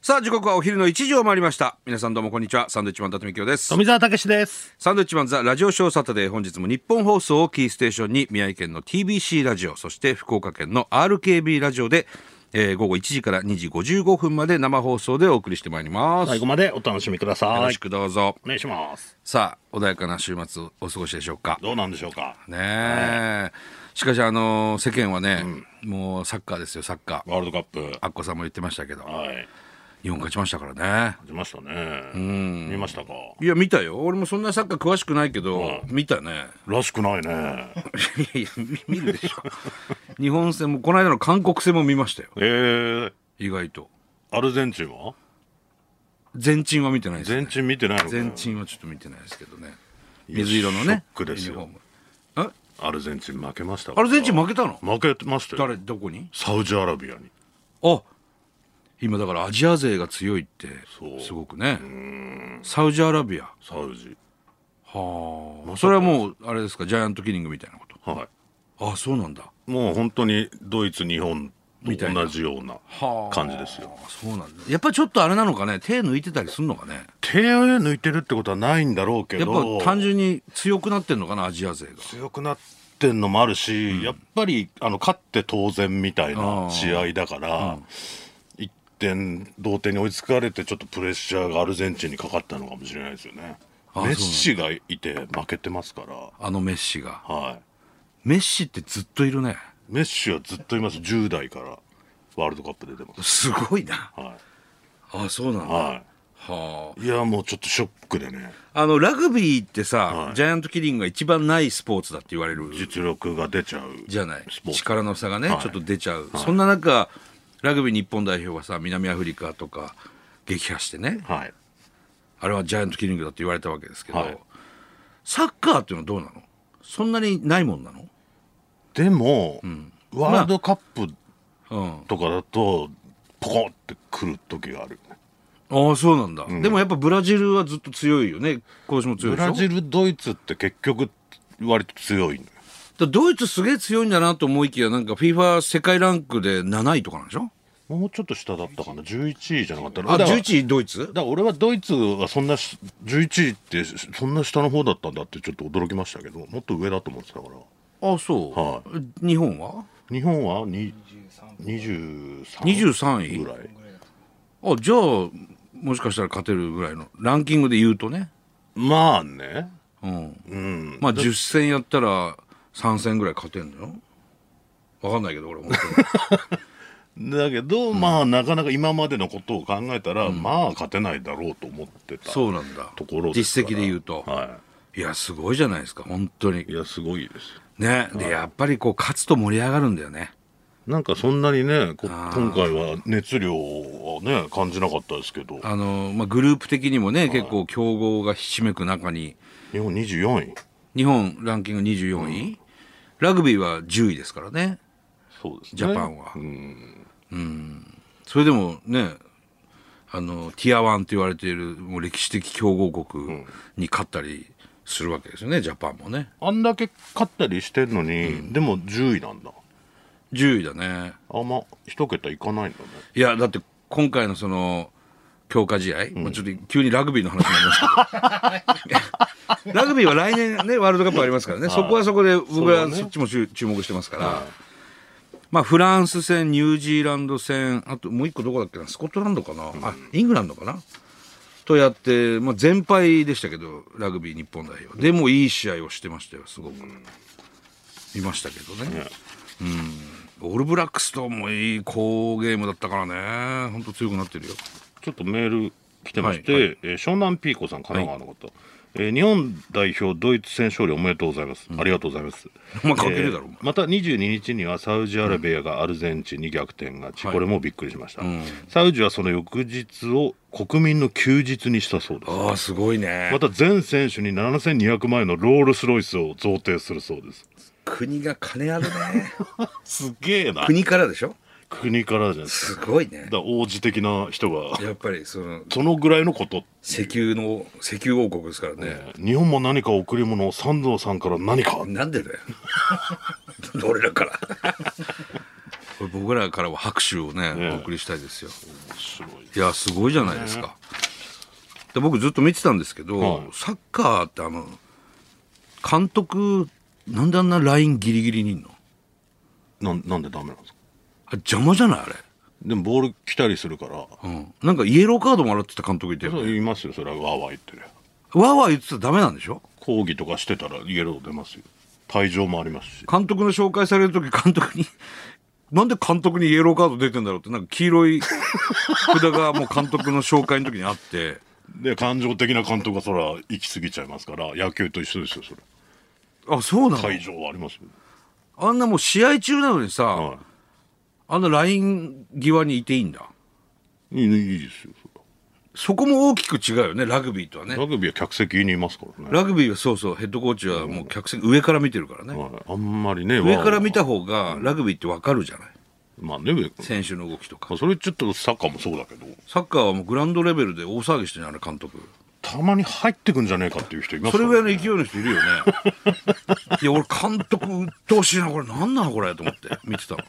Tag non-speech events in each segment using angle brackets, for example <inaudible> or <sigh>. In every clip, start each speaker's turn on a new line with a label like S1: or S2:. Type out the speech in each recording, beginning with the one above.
S1: さあ時刻はお昼の1時を回りました皆さんどうもこんにちはサンドウィッチマン伊達美京です
S2: 富澤たけしです。
S1: サンドウィッチマンザラジオショーサタデー本日も日本放送をキーステーションに宮城県の TBC ラジオそして福岡県の RKB ラジオで、えー午後1時から2時55分まで生放送でお送りしてまいります、
S2: 最後までお楽しみくだ
S1: よ
S2: さ
S1: ろ
S2: い
S1: し。くどうぞ
S2: お願いします。
S1: さあ穏やかな週末をお過ごしでしょうか
S2: どうなんでしょうか。
S1: ねえ、しかしあの世間はね、もうサッカーですよサッカー
S2: ワールドカップ。
S1: アッコさんも言ってましたけど
S2: はい。
S1: 日本勝ちましたからね
S2: 出ましたね。見ましたか。
S1: いや見たよ俺もそんなサッカー詳しくないけど、見たね <laughs>
S2: らしくない
S1: い
S2: ね。
S1: やいや見見るでしょ日本戦もこの間の韓国戦も見ましたよ
S2: えー、
S1: 意外と
S2: アルゼンチンは
S1: 全チンは見てないです
S2: 全
S1: ね
S2: チン見てないのか
S1: 全チンはちょっと見てないですけどね水色の
S2: ショッ
S1: ね
S2: クですよ
S1: ユニフォームえ
S2: アルゼンチン負けました
S1: アルゼンチン負
S2: け
S1: けたの
S2: 負けましたよ。
S1: 誰どこに
S2: サウジアラビアに。
S1: あ今だからアジア勢が強いって
S2: そう
S1: すごくねサウジアラビア
S2: サウジ。
S1: はあそれはもうあれですかジャイアントキリングみたいなこ
S2: は
S1: とあそうなんだ
S2: い。もう本当にドイツ、日本と
S1: みたいな
S2: 同じような
S1: はあ
S2: 感じですよ。
S1: あそうなんだやっぱちょっとあれなのかね手抜いてたりするのかね
S2: 手抜いてるってことはないんだろうけ
S1: や
S2: ど。
S1: っぱ単純に強くなってんのかなアジア勢が
S2: 強くなってんのもあるし、やっぱりあの勝って当然みたいな試合だから、一点同点に追いつかれてちょっとプレッシャーがアルゼンチンにかかったのかもしれないですよね
S1: あ
S2: メッシがいて負けてますから、
S1: あのメッシが
S2: は
S1: メッシってずっといるね
S2: い、メッシはずっといます10代からワールドカップ出てます
S1: すごいな
S2: は
S1: あそうなん
S2: い、
S1: だは
S2: は
S1: あ
S2: い、いやもうちょっとショックでね
S1: あのラグビーってさ、
S2: はい
S1: ジャイアントキリングが一番ないスポーツだって言われる
S2: 実力が出ちゃう
S1: じゃない
S2: スポーツ
S1: 力の差がね、
S2: はい
S1: ちょっと出ちゃう、そんな中ラグビー日本代表がさ南アフリカとか撃破してね
S2: はい
S1: あれはジャイアントキリングだって言われたわけですけど、
S2: はい
S1: サッカーっていうのはどうなのそんなにないもんなの
S2: でも、ワールドカップ
S1: うん
S2: とかだとポコンってくる時がある
S1: ああそうなんだ、でもやっぱブラジルはずっと強いよね今年も強い
S2: ブ
S1: でしょ
S2: ラジルドイツって結局割と強いのよ
S1: だからドイツすげえ強いんだなと思いきやなんか FIFA 世界ランクで7位とかなんでしょ
S2: もうちょっと下だったかな11位じゃなかった
S1: あ
S2: だから
S1: 11位ドイツ
S2: だから俺はドイツはそんなし11位ってそんな下の方だったんだってちょっと驚きましたけどもっと上だと思ってたから
S1: あそう、
S2: は
S1: 日本は
S2: 日本はに23
S1: 23位
S2: ぐらい
S1: あじゃあもしかしたら勝てるぐらいのランキングで言うとね、
S2: まあね
S1: うん、
S2: うん
S1: まあ10戦やったら3戦ぐらい勝てんのよ分かんないけど俺本
S2: <laughs>
S1: 当に
S2: だけど、まあなかなか今までのことを考えたら、まあ勝てないだろうと思ってた
S1: そうなんだ
S2: ところです
S1: 実
S2: から
S1: 績で言うと、、
S2: はい
S1: やすごいじゃないですか本当に
S2: いいやすごいですよ
S1: ねでやっぱりこう勝つと盛り上がるんだよね
S2: なんかそんなにねこ今回は熱量をね感じなかったですけど
S1: あの、まあ、グループ的にもね結構強豪がひしめく中に
S2: 日本24位
S1: 日本ランキング24位、ラグビーは10位ですからね
S2: そうですね
S1: ジャパンは
S2: うん
S1: それでもねあのティアワンと言われているもう歴史的強豪国に勝ったりするわけですよね、ジャパンもね
S2: あんだけ勝ったりしてんのに、でも10位なんだ
S1: 10位だね
S2: あんま一桁いかないんだね
S1: いやだって今回のその強化試合、もうちょっと急にラグビーの話になります
S2: <laughs>
S1: けどラグビーは来年ねワールドカップありますからねそこはそこで僕
S2: そうだ
S1: は
S2: ね
S1: そっちも注注目してますから、まあ、フランス戦ニュージーランド戦あともう一個どこだっけなスコットランドかな、あイングランドかなとやって、まあ、全敗でしたけどラグビー日本代表でもいい試合をしてましたよすごく、見ましたけどね、うんオールブラックスともいい好ゲームだったからね本当強くなってるよ <laughs>
S2: ちょっとメール来てまして、
S1: はい
S2: えー湘南ピーコさん神奈川の方、えー日本代表ドイツ戦勝利おめでとうございます、ありがとうございます
S1: お前関係ねえだろお前
S2: また22日にはサウジアラビアがアルゼンチンに逆転勝ち、
S1: はい
S2: これもびっくりしました、サウジはその翌日を国民の休日にしたそうです
S1: ああすごいね
S2: また全選手に7200万円のロールスロイスを贈呈するそうです
S1: 国が金あるね <laughs>
S2: すげえな
S1: 国からでしょ
S2: 国からじゃないですか
S1: すごいね
S2: だから王子的な人が
S1: やっぱりその
S2: そのぐらいのこと、
S1: 石油の石油王国ですからね
S2: 日本も何か贈り物を三
S1: <laughs>
S2: 蔵さんから何か
S1: なんでだよ俺らからこれ僕らからは拍手をね、
S2: ね
S1: お送りしたいですよ。
S2: 白い
S1: いや、すごいじゃないですか。で僕ずっと見てたんですけど、
S2: はい
S1: サッカーってあの、監督、なんであんなラインギリギリにいんの
S2: なんなんでダメなんですか
S1: あ邪魔じゃないあれ。
S2: でもボール来たりするから
S1: うん。なんかイエローカードもらってた監督いて、
S2: そう言いますよそれはわーわー言ってる
S1: わーわー言ってたらダメなんでしょ
S2: 抗議とかしてたらイエロー出ますよ退場もありますし
S1: 監督の紹介される時監督に <laughs> なんで監督にイエローカード出てんだろうってなんか黄色い札がもう監督の紹介の時にあって
S2: で感情的な監督がそら行き過ぎちゃいますから野球と一緒ですよそれ
S1: あそうなの
S2: 退場はありますよ、
S1: あんなもう試合中なのにさ、
S2: は
S1: あんなライン際にいていいんだ
S2: い、いいねいいですよそ
S1: そこも大きく違うよねラグビーとは
S2: れ
S1: ね
S2: ラグビーは客席にいますからね、
S1: ラグビーはそうそうヘッドコーチはもう客席上から見てるからね
S2: はい、あんまりね
S1: 上から見
S2: わ
S1: た方がラグビーってわかるじゃない
S2: ーわーまあね上
S1: 選手の動きとか
S2: それちょっとサッカーもそうだけど
S1: サッカーはもうグラウンドレベルで大騒ぎしてるねあれ監督
S2: たまに入ってくんじゃねえかっていう人います
S1: それ
S2: から
S1: ぐらいの
S2: ね
S1: 勢いの人いるよね。いや、俺監督鬱陶しいな、これ。なんなのこれと思って見てたの。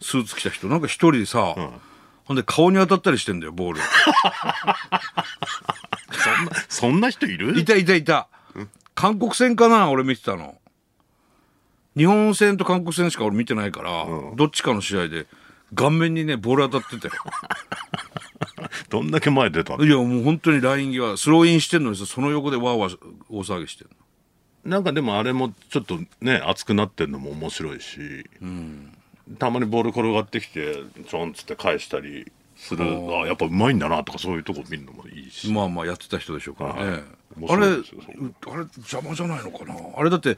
S1: スーツ着た人。なんか一人でさ、ほんで顔に当たったりしてんだよ、ボール。
S2: そんなそんな人いる
S1: いたいたいた。韓国戦かな俺見てたの。日本戦と韓国戦しか俺見てないから、どっちかの試合で顔面にね、ボール当たってた <laughs> よ。
S2: どんだけ前出たの
S1: いや、もう本当にライン際、スローインしてんのにさ、その横でわーわー大騒ぎしてる
S2: なんかでもあれもちょっとね熱くなってんのも面白いし、たまにボール転がってきてちょんっつって返したりするあやっぱうまいんだなとかそういうとこ見るのもいいし
S1: まあまあやってた人でしょうからね、
S2: はい
S1: あれ
S2: 面白いですよそう
S1: うあれ邪魔じゃないのかなあれだって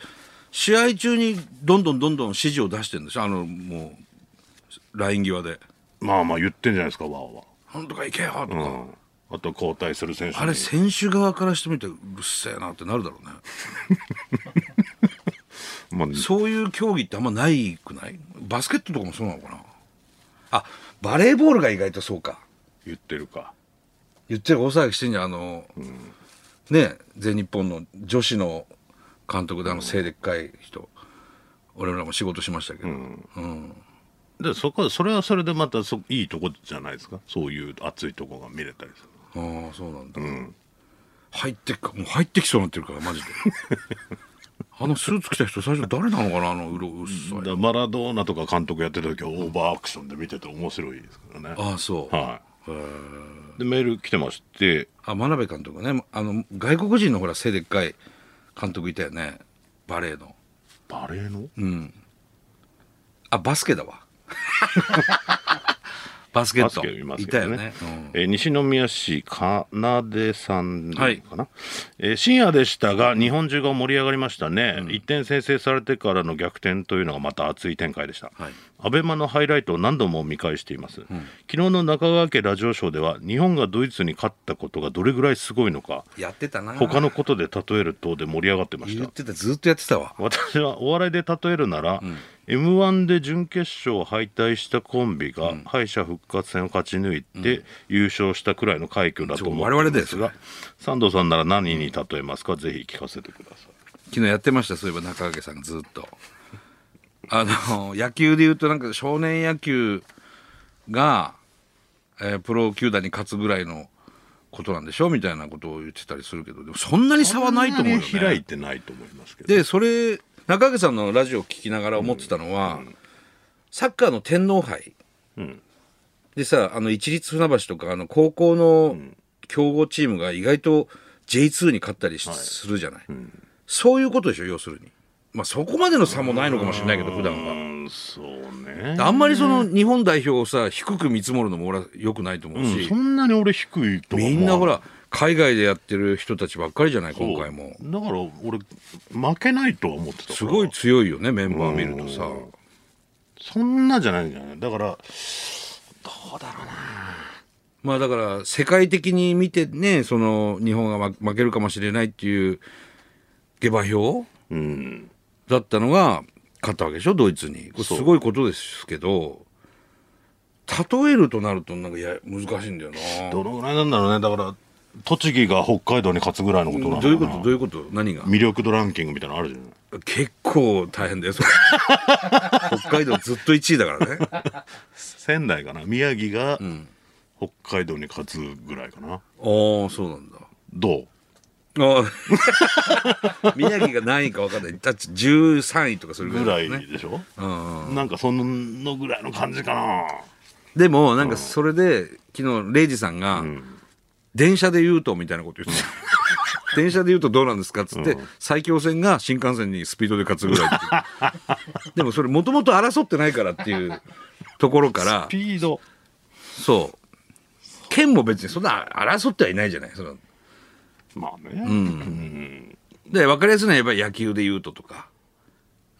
S1: 試合中にどんどんどんどん指示を出してるんでしょあのもうライン際で
S2: まあまあ言ってんじゃないですかわーわ
S1: 「なんとか行けよ!」とか、
S2: ー、うん、あと交代する選手に
S1: あれ選手側からしてみてうるせえなってなるだろうね
S2: まあ
S1: そういう競技ってあんまないくないバスケットとかもそうなのかなあバレーボールが意外とそうか
S2: 言ってるか
S1: 言ってる大騒ぎしてんじゃんあの、ね全日本の女子の監督であの背でっかい人俺らも仕事しましたけど、
S2: でそこそれはそれでまたそいいとこじゃないですかそういう熱いとこが見れたりする
S1: ああそうなんだ、入ってっかもう入ってきそうになってるからマ <laughs> ジであのスーツ着た人最初誰なのかなあのうろうっさい
S2: だからマラドーナとか監督やってる時はオーバーアクションで見てて面白いですからね
S1: ああそう、
S2: はいでメール来てまして
S1: あ真鍋監督ねあの外国人のほら背でっかい監督いたよねバレーの
S2: バレーの、
S1: あバスケだわ <laughs> バスケ
S2: バ
S1: ッ
S2: ス
S1: ト
S2: ケいます
S1: い
S2: け
S1: たよ
S2: どね
S1: ね、うん
S2: えー西宮市かなでさんかな、
S1: はい
S2: えー深夜でしたが日本中が盛り上がりましたね、1点先制されてからの逆転というのがまた熱い展開でした、
S1: はい
S2: アベマのハイライトを何度も見返しています、昨日の中川家ラジオショーでは日本がドイツに勝ったことがどれぐらいすごいのか
S1: やってたな
S2: 他のことで例えるとで盛り上がってました
S1: 言ってたずっとやってたわ
S2: 私はお笑いで例えるなら、m 1で準決勝敗退したコンビが敗者復活戦を勝ち抜いて優勝したくらいの快挙だと思
S1: そう我
S2: って
S1: 々
S2: いま
S1: ですす
S2: が
S1: よ
S2: サンドさんなら何に例えますか、ぜひ聞かせてくださ
S1: 昨日やってましたそういえば中掛さんがずっとあの野球で言うとなんか少年野球が、えープロ球団に勝つぐらいのことなんでしょみたいなことを言ってたりするけどでもそんなに
S2: い
S1: 差はないと思うよ
S2: そんなに開
S1: ね
S2: いてないと思いますけど
S1: でそれ中掛さんのラジオを聞きながら思ってたのは、サッカーの天皇杯、でさあの一律船橋とかあの高校の強豪チームが意外と J2 に勝ったりしするじゃない、そういうことでしょ要するに、まあ、そこまでの差もないのかもしれないけど普段
S2: う
S1: は
S2: んそうね
S1: あんまりその日本代表をさ低く見積もるのも俺は良くないと思う
S2: うん
S1: し、
S2: そんなに俺低いとは思
S1: み
S2: わい
S1: んなほら海外でやってる人たちばっかりじゃない
S2: そう
S1: 今回も
S2: だから俺負けないとは思ってたから
S1: すごい強いよねメンバー見るとさ
S2: そんなじゃないんじゃないだから
S1: まあだから世界的に見てねその日本が負負けるかもしれないっていう下馬評
S2: うん
S1: だったのが勝ったわけでしょドイツにこれすごいことですけど例えるとなるとなんかや難しいんだよな
S2: どのぐらいなんだろうねだから栃木が北海道に勝つぐらいのことなのかな
S1: どういうことどういうこと何が
S2: 魅力度ランキングみたいなのあるじゃない
S1: 結構大変だよ
S2: <laughs>
S1: それ北海道ずっと1位だからね
S2: 仙台かな宮城が北海道に勝つぐらいかな
S1: ああそうなんだ
S2: どう
S1: あ
S2: <laughs>
S1: あ宮城が何位か分かんないだって13位とかそれ
S2: ぐ
S1: ぐ
S2: ら
S1: らい
S2: い
S1: だね
S2: でしょ、
S1: うんうん
S2: なんかそのぐらいの感じかな
S1: でもなんかそれで昨日レイジさんが、電車で言うとみたいなこと言
S2: <laughs>
S1: ってた電車で言うとどうなんですかっつって、埼京線が新幹線にスピードで勝つぐらいっていうでもそれもともと争ってないからっていうところから
S2: スピード
S1: そう県も別にそんな争ってはいないじゃないその
S2: まあね、
S1: で分かりやすいのはやっぱり野球で言うととか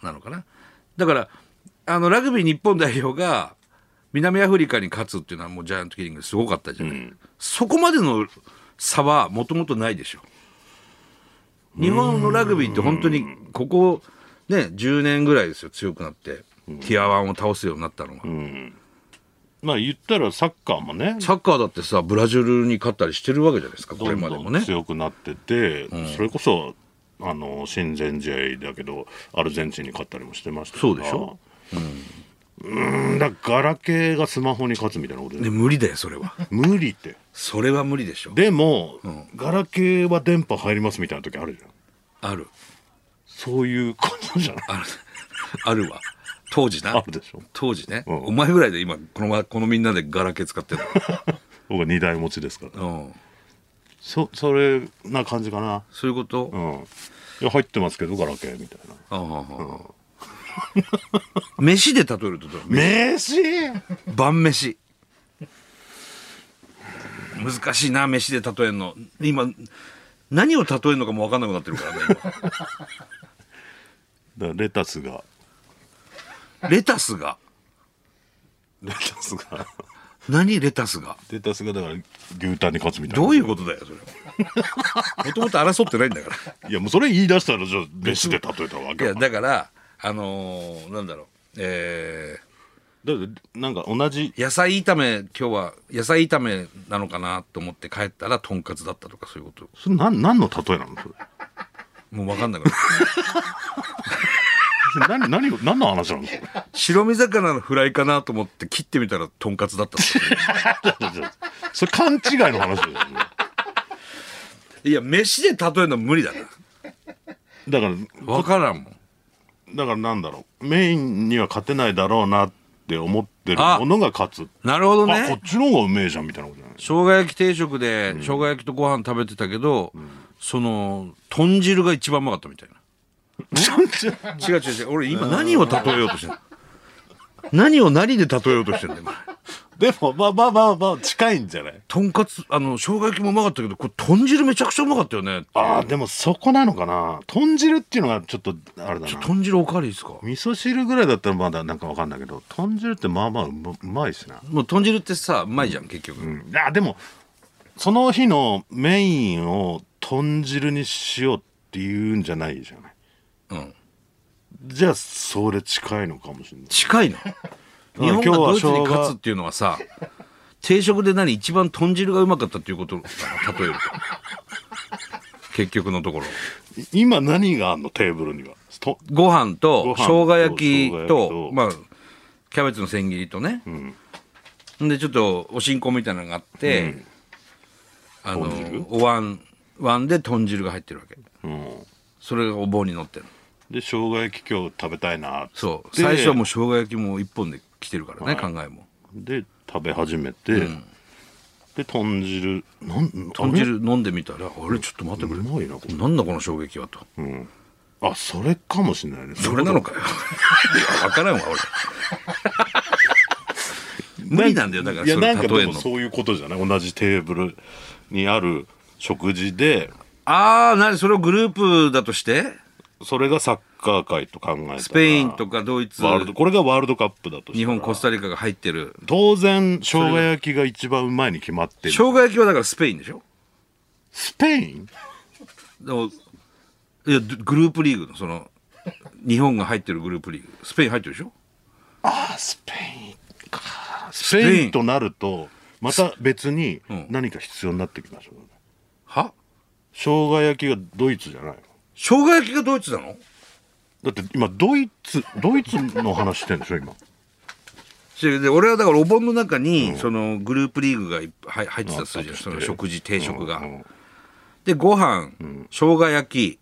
S1: なのかなだからあのラグビー日本代表が南アフリカに勝つっていうのはもうジャイアントキリングすごかったじゃない、そこまでの差はもともとないでしょ日本のラグビーって本当にここね10年ぐらいですよ強くなってティアワンを倒すようになったのが、
S2: まあ言ったらサッカーもね
S1: サッカーだってさブラジルに勝ったりしてるわけじゃないですかこ
S2: ど
S1: れ
S2: ん
S1: まで
S2: ど
S1: もね
S2: ん強くなってて、それこそあの親善試合だけどアルゼンチンに勝ったりもしてましたから
S1: そうでしょ
S2: うんだからガラケーがスマホに勝つみたいなことで、
S1: で無理だよそれは
S2: 無理って
S1: それは無理でしょ
S2: でも、ガラケーは電波入りますみたいな時あるじゃん
S1: ある
S2: そういうことじゃない
S1: あるある <laughs> わ当時な
S2: <laughs> あるでしょ
S1: 当時ね、
S2: うん
S1: お前ぐらいで今このまこのみんなでガラケー使
S2: <laughs>
S1: ってる
S2: 僕は2台持ちですから、
S1: の、うん、
S2: そそれな感じかな
S1: そういうこと、
S2: う
S1: あ
S2: んいや入ってますけどガラケーみたいな
S1: あああ飯で例えるとどう
S2: 名刺
S1: 晩飯難しいな飯で例えるの今何を例えるのかも分かんなくなってるからね
S2: だレタスが <laughs>
S1: 今レタスが
S2: レタスが
S1: 何レタスが
S2: レタスがだから牛タンに勝つみたいな
S1: どういうことだよそれもともと争ってないんだから
S2: いやもうそれ言い出したらじゃあ飯で例えたわ
S1: い
S2: け
S1: や
S2: だ
S1: だからあのーなんだろうえー、
S2: だってなんか同じ
S1: 野菜炒め今日は野菜炒めなのかなと思って帰ったらとんかつだったとかそういうこと
S2: それなん何の例えなのそれ
S1: もう分かんなくなる
S2: それ何何を何の話なのそれ
S1: <laughs> 白身魚のフライかなと思って切ってみたらとんかつだったとか
S2: それ <laughs> 勘違いの話だよね
S1: いや飯で例えるの無理だな
S2: だから
S1: 分からんもん
S2: だからなんだろうメインには勝てないだろうなって思ってるものが勝つ
S1: なるほど
S2: あこ
S1: ね
S2: っちの方がうめえじゃんみたいなことじゃない
S1: 生姜焼き定食で生姜焼きとご飯食べてたけど、その豚汁が一番うまかったみたいな違う違う違う俺今何を例えようとしてるの何を何で例えようとしてるんだよお前
S2: でもまあまあまあまあ近いんじゃない
S1: とんかつあの生姜焼きもうまかったけどこれ豚汁めちゃくちゃうまかったよね
S2: ああでもそこなのかな豚汁っていうのがちょっとあれだな
S1: 豚汁おかわりですか
S2: 味噌汁ぐらいだったらまだなんかわかんないけど豚汁ってまあまあうまうまいしな、
S1: もう豚汁ってさうまいじゃん結局、
S2: うん、あでもその日のメインを豚汁にしようっていうんじゃないじゃない
S1: うん
S2: じゃあそれ近いのかもしれない
S1: 近いの
S2: うん
S1: 日本がドイツ
S2: 今日
S1: に
S2: は生姜
S1: 勝つっていうのはさ定食で何一番豚汁がうまかったっていうことなの例えると結局のところ
S2: い今何があんのテーブルにはと
S1: ご飯と
S2: ご飯と
S1: 生姜焼き
S2: 生姜焼き
S1: と
S2: と
S1: まあキャベツの千切りとね、ん、でちょっとお新香みたいなのがあって、あの
S2: 豚汁
S1: お椀椀で豚汁が入ってるわけ
S2: うん
S1: それがお盆に乗ってる
S2: で生姜焼き今日食べたいなって
S1: そう
S2: で
S1: 最初はもう生姜焼きも一本で来てるからね、考えも
S2: で食べ始めて、で豚汁なん
S1: 豚汁飲んでみたらあれちょっと待って
S2: あれ
S1: く
S2: う
S1: れ、
S2: まいなこれ
S1: なんだこの衝撃はと、
S2: あそれかもしれないね
S1: それなの <laughs> かよ分からんわ俺無理なんだよだから
S2: いや
S1: そ
S2: な
S1: れ
S2: んか
S1: 例え
S2: で
S1: ん
S2: も
S1: の
S2: そういうことじゃない同じテーブルにある食事で
S1: ああなにそれをグループだとして
S2: それがサッカー界と考えたら
S1: スペインとかドイツ
S2: ワールドこれがワールドカップだとしたら
S1: 日本コスタリカが入ってる
S2: 当然生姜焼きが一番うまいに決まって
S1: 生
S2: る
S1: 姜焼きはだからスペインでしょ
S2: スペイン
S1: でもいやグループリーグのその日本が入ってるグループリーグスペイン入ってるでしょ
S2: あスペインかスペインとなるとまた別に何か必要になってきましょう、ね
S1: は
S2: 生姜焼きがドイツじゃないの
S1: 生姜焼きがドイツなの
S2: だって今ドイツドイツの話してんでしょ今
S1: でで俺はだからお盆の中に、そのグループリーグがいっぱい入ってた数字その食事定食が、
S2: うん
S1: でご飯、生姜焼き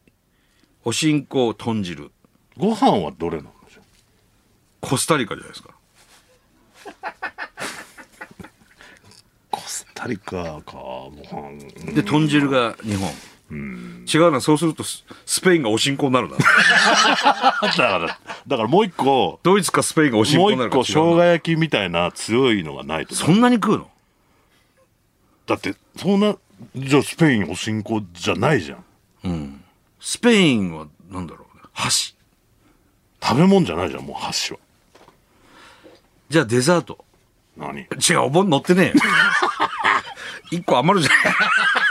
S1: おしんこ豚汁
S2: ご飯はどれなのじゃ
S1: コスタリカじゃないですか
S2: コスタリカかご飯
S1: で豚汁が日本、違うなそうするとススペインがおしんこになるな
S2: だからだからもう一個
S1: ドイツかスペインがおしん
S2: も
S1: こ
S2: う
S1: にな
S2: 一
S1: るか違
S2: 個
S1: う
S2: 生
S1: な
S2: 姜焼きみたいな強いのがないと
S1: そんなに食うの
S2: だってそんなじゃあスペインお進行じゃないじゃん
S1: スペインはなんだろうね箸
S2: 食べ物じゃないじゃんもう箸は
S1: じゃあデザート
S2: 何
S1: 違うお盆乗ってねえよ <laughs> 一個余るじゃん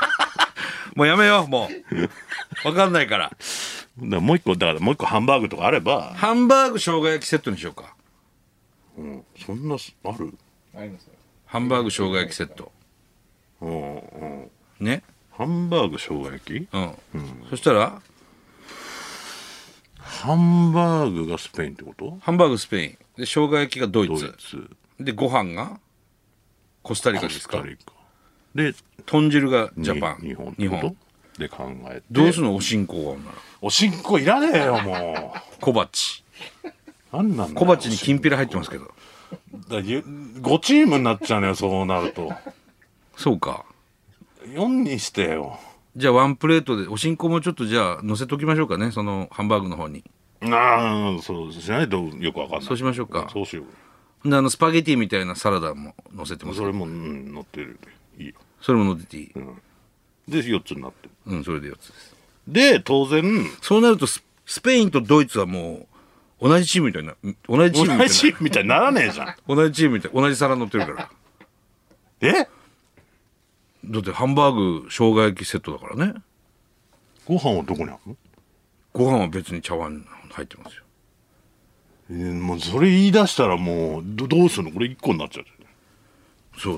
S1: <laughs> もうやめようもうわかんないから
S2: だからもう一個だからもう一個ハンバーグとかあれば
S1: ハンバーグ生姜焼きセットにしようか
S2: そんなすある
S1: ハンバーグ生姜焼きセット
S2: うんうん
S1: ね
S2: ハンバーグ生姜焼き
S1: うん、そしたら
S2: ハンバーグがスペインってこと
S1: ハンバーグスペインで生姜焼きがドイ
S2: ドイ
S1: ツ
S2: ツ
S1: でご飯がコスタリカ
S2: コ
S1: で
S2: ス
S1: すか
S2: タリカで
S1: 豚汁がジャ
S2: に
S1: パン
S2: 日本ってことで考えて
S1: どうすんのおしんこが女ら
S2: おしんこいらねえよも
S1: 小鉢
S2: うなんなんだよ
S1: 小鉢にきんぴら入ってますけど
S2: だゆ5チームになっちゃうのよそうなると <laughs>
S1: そうか
S2: 4にしてよ
S1: じゃあワンプレートでおしんこもちょっとじゃあ乗せときましょうかねそのハンバーグの方に
S2: ああそうしないとよくわかんない
S1: そうしましょうか
S2: そうしよ
S1: であのスパゲティみたいなサラダも乗せてま
S2: う
S1: す
S2: それも、うん、乗ってるいいよ
S1: それも乗ってていい
S2: で4つになってる
S1: うんそれで4つです
S2: で当然
S1: そうなるとススペインとドイツはもう同じチームみたいな同じチームみたいな
S2: 同じみたいにならねえじゃん
S1: <laughs> 同じチームみたい同じ皿乗ってるから <laughs>
S2: え
S1: だってハンバーグ生姜焼きセットだからね
S2: ご飯はどこにあるの
S1: ご飯は別に茶碗入ってますよ
S2: えーもうそれ言い出したらもうどどうするのこれ1個になっちゃうじゃん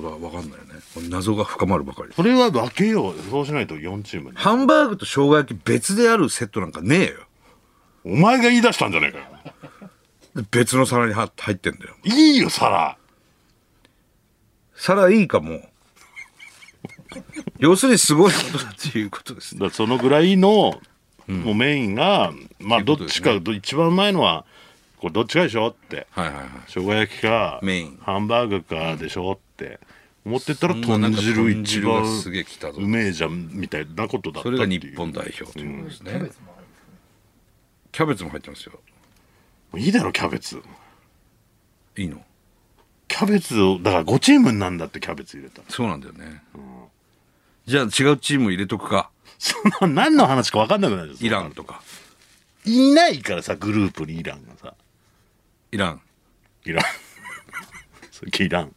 S1: そうだわかんないよねこれ謎が深まるばかりです
S2: それは分けようそうしないと4チームに
S1: ハンバーグと生姜焼き別であるセットなんかねえよ
S2: お前が言い出したんじゃねえかよ
S1: 別の皿には入ってんだよ
S2: いいよ皿
S1: 皿いいかも <laughs> う要するにすごいことだっていうことですね
S2: だからそのぐらいの、もうメインがまあ
S1: ってい
S2: ど
S1: うこと
S2: っ
S1: です
S2: ち
S1: ね
S2: か、ど一番うまいのはこれどっちかでしょって
S1: はいはいはい
S2: 生姜焼きか
S1: メイン
S2: ハンバーグかでしょって思ってたら
S1: そんな
S2: 豚
S1: 中
S2: 汁
S1: 豚
S2: 一
S1: 汁が
S2: 番
S1: すげえ来たぞ
S2: うめえじゃんみたいなことだった
S1: そ
S2: っ
S1: れ
S2: て
S1: が
S2: いう
S1: 日本代表ということですね、キャベツも入ってますよ
S2: いいだろキャベツ
S1: いいの
S2: キャベツをだから5チームになんだってキャベツ入れた
S1: そうなんだよね、じゃあ違うチーム入れとくか
S2: その何の話か分かんなくなるじゃん
S1: イランとか
S2: いないからさグループにイランがさ
S1: イラン
S2: イラン <laughs> それイラン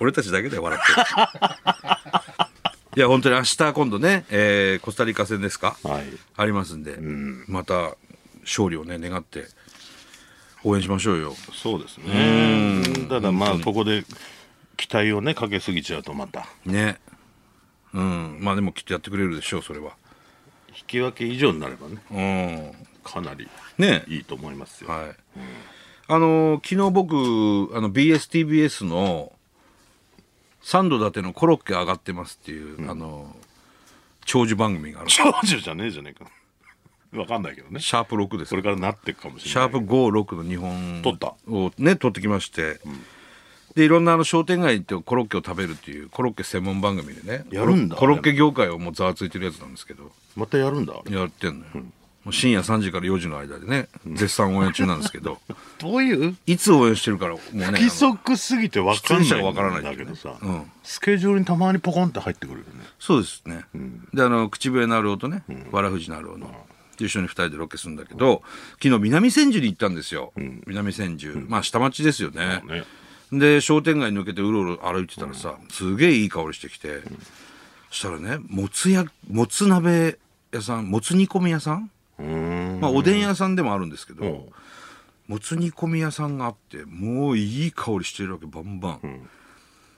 S1: 俺たちだけで笑ってる <laughs> いや本当に明日今度ね、えーコスタリカ戦ですか、
S2: はい
S1: ありますんで、また勝利をね願って応援しましょうよ
S2: そうですねただまあここで期待をねかけすぎちゃうとまた
S1: ねうんまあでもきっとやってくれるでしょうそれは
S2: 引き分け以上になればね
S1: うん
S2: かなり
S1: ね
S2: いいと思いますよ
S1: はいあのー昨日僕あの BSTBS の「サンド伊達のコロッケ上がってます」っていう、あのー長寿番組がある
S2: 長寿じゃねえじゃねえか分かんないけどね
S1: シャープ6です
S2: これからなっていくかもしれ
S1: シ
S2: な
S1: ャ
S2: い
S1: ープ56の日本
S2: 撮った
S1: をね取ってきまして、でいろんなあの商店街行ってコロッケを食べるっていうコロッケ専門番組でね
S2: やるんだ
S1: コロッケ業界をもうざわついてるやつなんですけど
S2: またやるんだあれ
S1: やってんのよ、もう深夜3時から4時の間でね絶賛応援中なんですけ
S2: <laughs>
S1: ど
S2: どういう
S1: いつ応援してるからもうね
S2: 不規則すぎて分かん
S1: 出演者が分からな
S2: ないい
S1: っ
S2: ん
S1: てい
S2: だ
S1: う
S2: け
S1: ね
S2: どさ、
S1: うん
S2: スケジュールにたまにポコンって入ってくるよね
S1: そうですね、であの口笛なるおとね、わらふじなるおの、一緒に二人でロケするんだけど、昨日南千住に行ったんですよ、南千住、まあ下町ですよね、
S2: そうね
S1: で商店街抜けてうろうろ歩いてたらさ、すげえいい香りしてきて、そしたらねもつやもつ鍋屋さんもつ煮込み屋さん、
S2: うーん
S1: まあ、おでん屋さんでもあるんですけど、
S2: うん
S1: もつ煮込み屋さんがあってもういい香りしてるわけバンバン、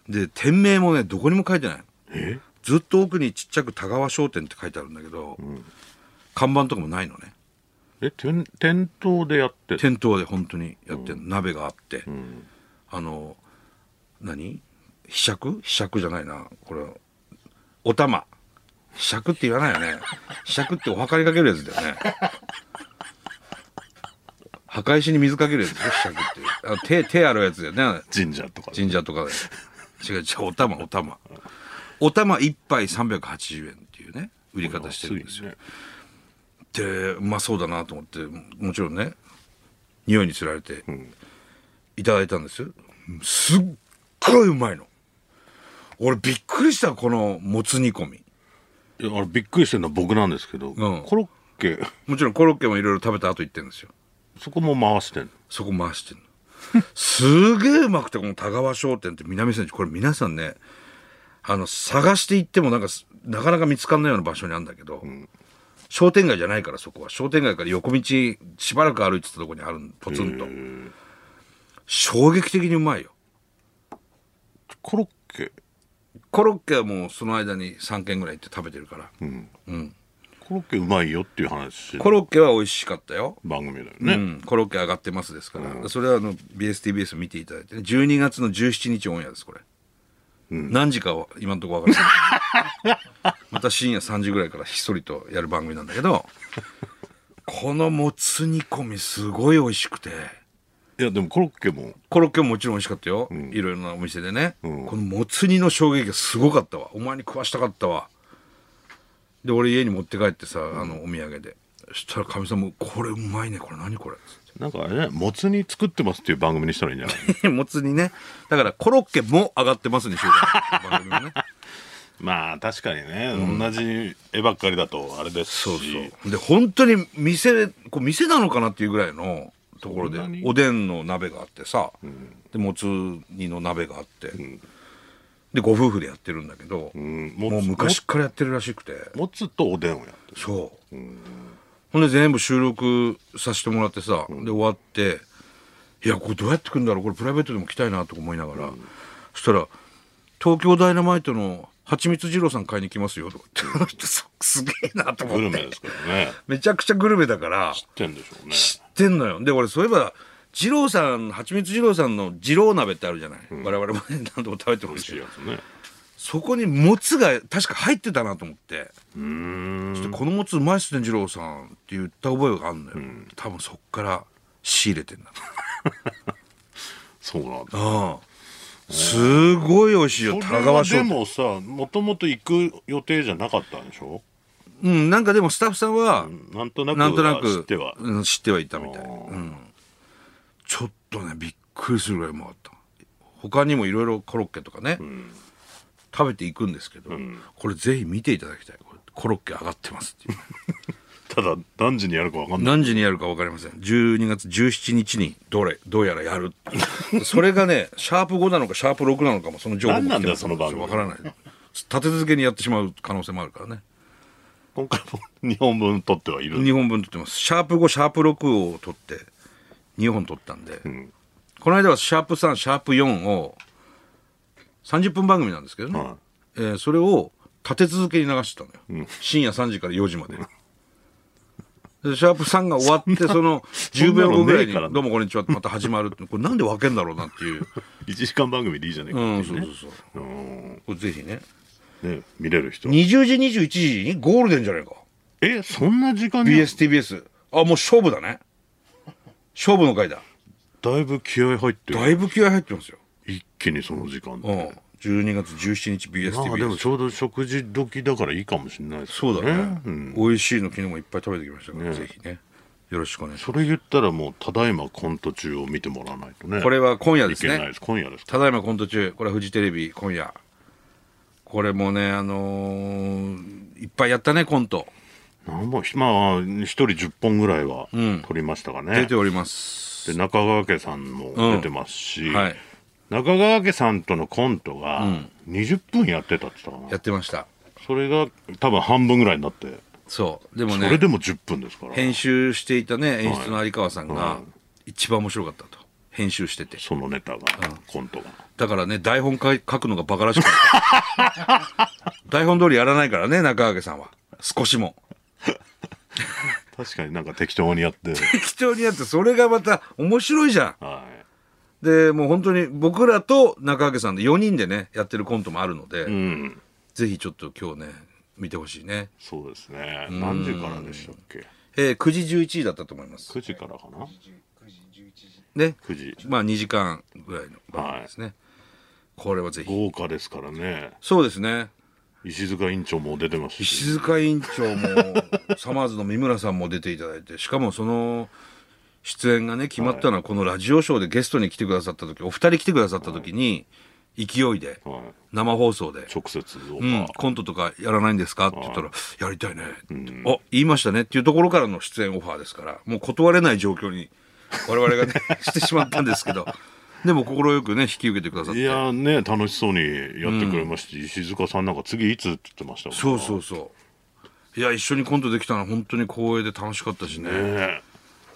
S1: で店名もねどこにも書いてない
S2: え
S1: ずっと奥にちっちゃく田川商店って書いてあるんだけど、看板とかもないのね
S2: え店店頭でやって
S1: 店頭で本当にやってんの、鍋があって、あの何ひしゃくひしゃくじゃないなこれお玉ひしゃくって言わないよねひしゃくってお墓にかけるやつだよね墓石に水かけるやつでしょひしゃくってあの手手洗うやつだよね
S2: 神社とかで
S1: 神社とかで違う違うお玉お玉お玉1杯380円っていうね売り方してるんですよ
S2: 安い
S1: で
S2: ね
S1: うまそうだなと思ってももちろんね匂いにつられていただいたんですよすっごいうまいの俺びっくりしたこのもつ煮込み
S2: いやあれびっくりしてるのは僕なんですけど、
S1: ん
S2: コロッケ
S1: もちろんコロッケもいろいろ食べた後行ってるんですよ
S2: そこも回してんの
S1: そこ回してんのすげえうまくてこの田川商店って南千住これ皆さんねあの探して行ってもなんかすなかなか見つかんないような場所にあるんだけど、商店街じゃないからそこは商店街から横道しばらく歩いてたとこにあるんポツンと衝撃的にうまいよ
S2: コロッケ
S1: コロッケはもうその間に3軒ぐらい行って食べてるから、
S2: コロッケうまいよっていう話
S1: コロッケは美味しかったよ
S2: 番組だよね、
S1: うん、コロッケ上がってますですから、それはあの BSTBS 見ていただいてね12月の17日オンエアですこれ、何時かは今のところ分からない <laughs> また深夜3時ぐらいからひっそりとやる番組なんだけどこのもつ煮込みすごい美味しくて
S2: いやでもコロッケも
S1: コロッケももちろん美味しかったよ、いろいろなお店でね、このもつ煮の衝撃がすごかったわお前に食わしたかったわで俺家に持って帰ってさあのお土産でそしたらかみさんも「これうまいねこれ何これ」
S2: なんかあれねもつ煮作ってますっていう番組にしたらいいんじゃ
S1: <laughs>
S2: ない
S1: もつにね。だからコロッケも上がってますにしようかな。番組のね。
S2: まあ確かにね、同じ絵ばっかりだとあれですし
S1: そうそう。で、本当に店、こう店なのかなっていうぐらいのところで
S2: そんなに、
S1: おでんの鍋があってさ、で、もつ煮の鍋があって、で、ご夫婦でやってるんだけど、
S2: んもつ
S1: もう昔からやってるらしくて、
S2: もつとおでんをやってる
S1: そう。ほんで全部収録させてもらってさ、で終わって、いや、これどうやって来るんだろうこれプライベートでも来たいなとか思いながら、そしたら、東京ダイナマイトの蜂蜜二郎さん買いに来ますよとかって、あの人すすげえなと
S2: グ
S1: 思
S2: ル
S1: っ
S2: メ
S1: て
S2: で。すからね
S1: めちゃくちゃグルメだから、
S2: 知ってんでしょうね
S1: 知ってんのよ。で、俺そういえば、二郎さん、蜂蜜二郎さんの二郎鍋ってあるじゃない、我々もね何度も食べてほ
S2: 美味
S1: し
S2: しい
S1: い。
S2: やつね
S1: そこにもつが確か入ってたなと思って。
S2: うーん
S1: でこのもつうまいっすね二郎さん」って言った覚えがあるのよ、多分そっから仕入れてんだ
S2: そうなんだ
S1: ああすごい美味しいよ
S2: そ
S1: 田
S2: れは
S1: 川商
S2: で
S1: 店
S2: もさもともと行く予定じゃなかったんでしょ
S1: うんなんかでもスタッフさんは、
S2: なんとなく
S1: なんとな
S2: 知
S1: く
S2: っては
S1: うん、知ってはいたみたい、うん、ちょっとねびっくりするぐらいうまかった他にもいろいろコロッケとかね、食べていくんですけど、これぜひ見ていただきたいこれコロッケ上がってますっていう
S2: ただ何時にやるかわかんない
S1: 何時にやるか分かりません12月17日にどれどうやら
S2: <laughs>
S1: やるそれがねシャープ5なのかシャープ6なのかもその情報
S2: 何なんだよ
S1: 来て
S2: その番組
S1: 分からない立て続けにやってしまう可能性もあるからね
S2: 今回も日本分取ってはいる
S1: 2本分撮ってますシャープ5シャープ6を撮って2本撮ったんで、この間はシャープ3シャープ4を30分番組なんですけどね、
S2: はい
S1: えーそれを立て続けに流してたのよ、深夜3時から4時まで。でシャープ3が終わ
S2: <laughs>
S1: ってその10秒後ぐらいに
S2: そんなのねえから
S1: 「どうもこんにちは」ってまた始まるってこれなんで分けんだろうなっていう
S2: 1時間番組でいいじゃねえか
S1: う
S2: ってい
S1: ん
S2: う
S1: そうそうそうこれぜひね
S2: ね見れる人
S1: 20時21時にゴールデンじゃないか
S2: えそんな時間に
S1: BSTBS あもう勝負だね勝負の回だ
S2: だいぶ気合入ってる
S1: だいぶ気合入ってますよ。
S2: 一気にその時間っ
S1: うん
S2: て。
S1: 12月17日 BSTV。
S2: まあでもちょうど食事時だからいいかもしれないです
S1: そうだね、
S2: ん
S1: 美味しいの昨日もいっぱい食べてきましたから、ぜひね。よろしくお願いします。
S2: それ言ったらもう「ただいまコント中」を見てもらわないとね
S1: これは今夜で
S2: い
S1: す
S2: けない
S1: ね。
S2: です今夜です
S1: ただいまコント中、これはフジテレビ今夜。これもね、あのーいっぱいやったね、コント。
S2: なんぼまあ一人10本ぐらいは撮りましたか
S1: 出
S2: ね、
S1: ております。
S2: で中川家さんも出てますし、
S1: はい。
S2: 中川家さんとのコントが20分やってたって言ったかな、
S1: やってました。
S2: それが多分半分ぐらいになって、
S1: そう。でも
S2: そ
S1: ね
S2: れ、でも10分ですから
S1: 編集していたね、演出の有川さん
S2: は
S1: が、一番面白かったと。編集してて。
S2: そのネタが、コントが
S1: だからね、台本かい書くのがバカら
S2: <laughs>
S1: しかった。台本通りやらないからね、中川家さんは。少しも。
S2: 確かになんか適当に
S1: <laughs>
S2: やって。
S1: 適当にやって、それがまた面白いじゃ
S2: は
S1: ん。で、もう本当に僕らと中明さんで4人でね、やってるコントもあるので、
S2: い。うん。
S1: ぜひちょっと今日ね、見てほしいね。
S2: そうですね。何時からでしたっけ
S1: えー9時11時だったと思います。
S2: ?9 時からかな
S1: ね。
S2: ?9 時。
S1: まあ2時間ぐらいの番組ですね。これはぜひ。
S2: 豪華ですからね。
S1: そうですね。
S2: 石塚院長も出てますし。
S1: 石塚委員長もサマーズの三村さんも出ていただいてしかもその出演がね決まったのはこのラジオショーでゲストに来てくださった時お二人来てくださった時に勢いで
S2: は
S1: 生放送で
S2: い。直接
S1: う
S2: オファ
S1: ん
S2: ー、
S1: コントとかやらないんですか?」って言ったら「やりたいね」って「あ言いましたね」っていうところからの出演オファーですからもう断れない状況に我々
S2: <laughs>
S1: がねしてしまったんですけどでも快くね引き受けてくださっ
S2: い
S1: て
S2: やーね楽しそうにやってくれましたし、石塚さんなんか次いつって言ってましたもん
S1: そうそうそういや一緒にコントできたのは本当に光栄で楽しかったしね
S2: ね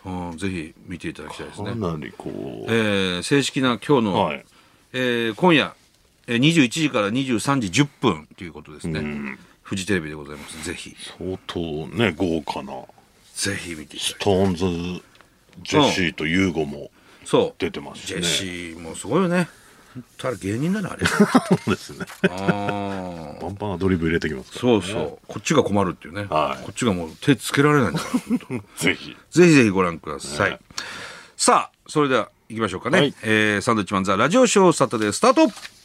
S1: うん、ぜひ見ていただきたいです
S2: か
S1: ね。
S2: なりこう、
S1: えー正式な今日の、
S2: はい
S1: えー今夜、えー、21時から23時10分ということですね。フジテレビでございます。ぜひ、
S2: 相当ね豪華な
S1: ぜひ見ていただきたい。
S2: SixTONES ジェシーとユーゴも
S1: そう。
S2: 出てますし
S1: ジ
S2: ね
S1: ェシーもすごいよね。ただ芸人だな、あれ。
S2: そうですね
S1: あー
S2: バンバンアドリブ入れてきますから
S1: そうそう。こっちが困るっていうね。
S2: はい
S1: こっちがもう手つけられないんだから。
S2: ぜひ
S1: <laughs> ぜひぜひご覧ください。
S2: ね
S1: さあ、それでは行きましょうかね。
S2: はい
S1: えーサンドウィッチマンザラジオショーサタデースタート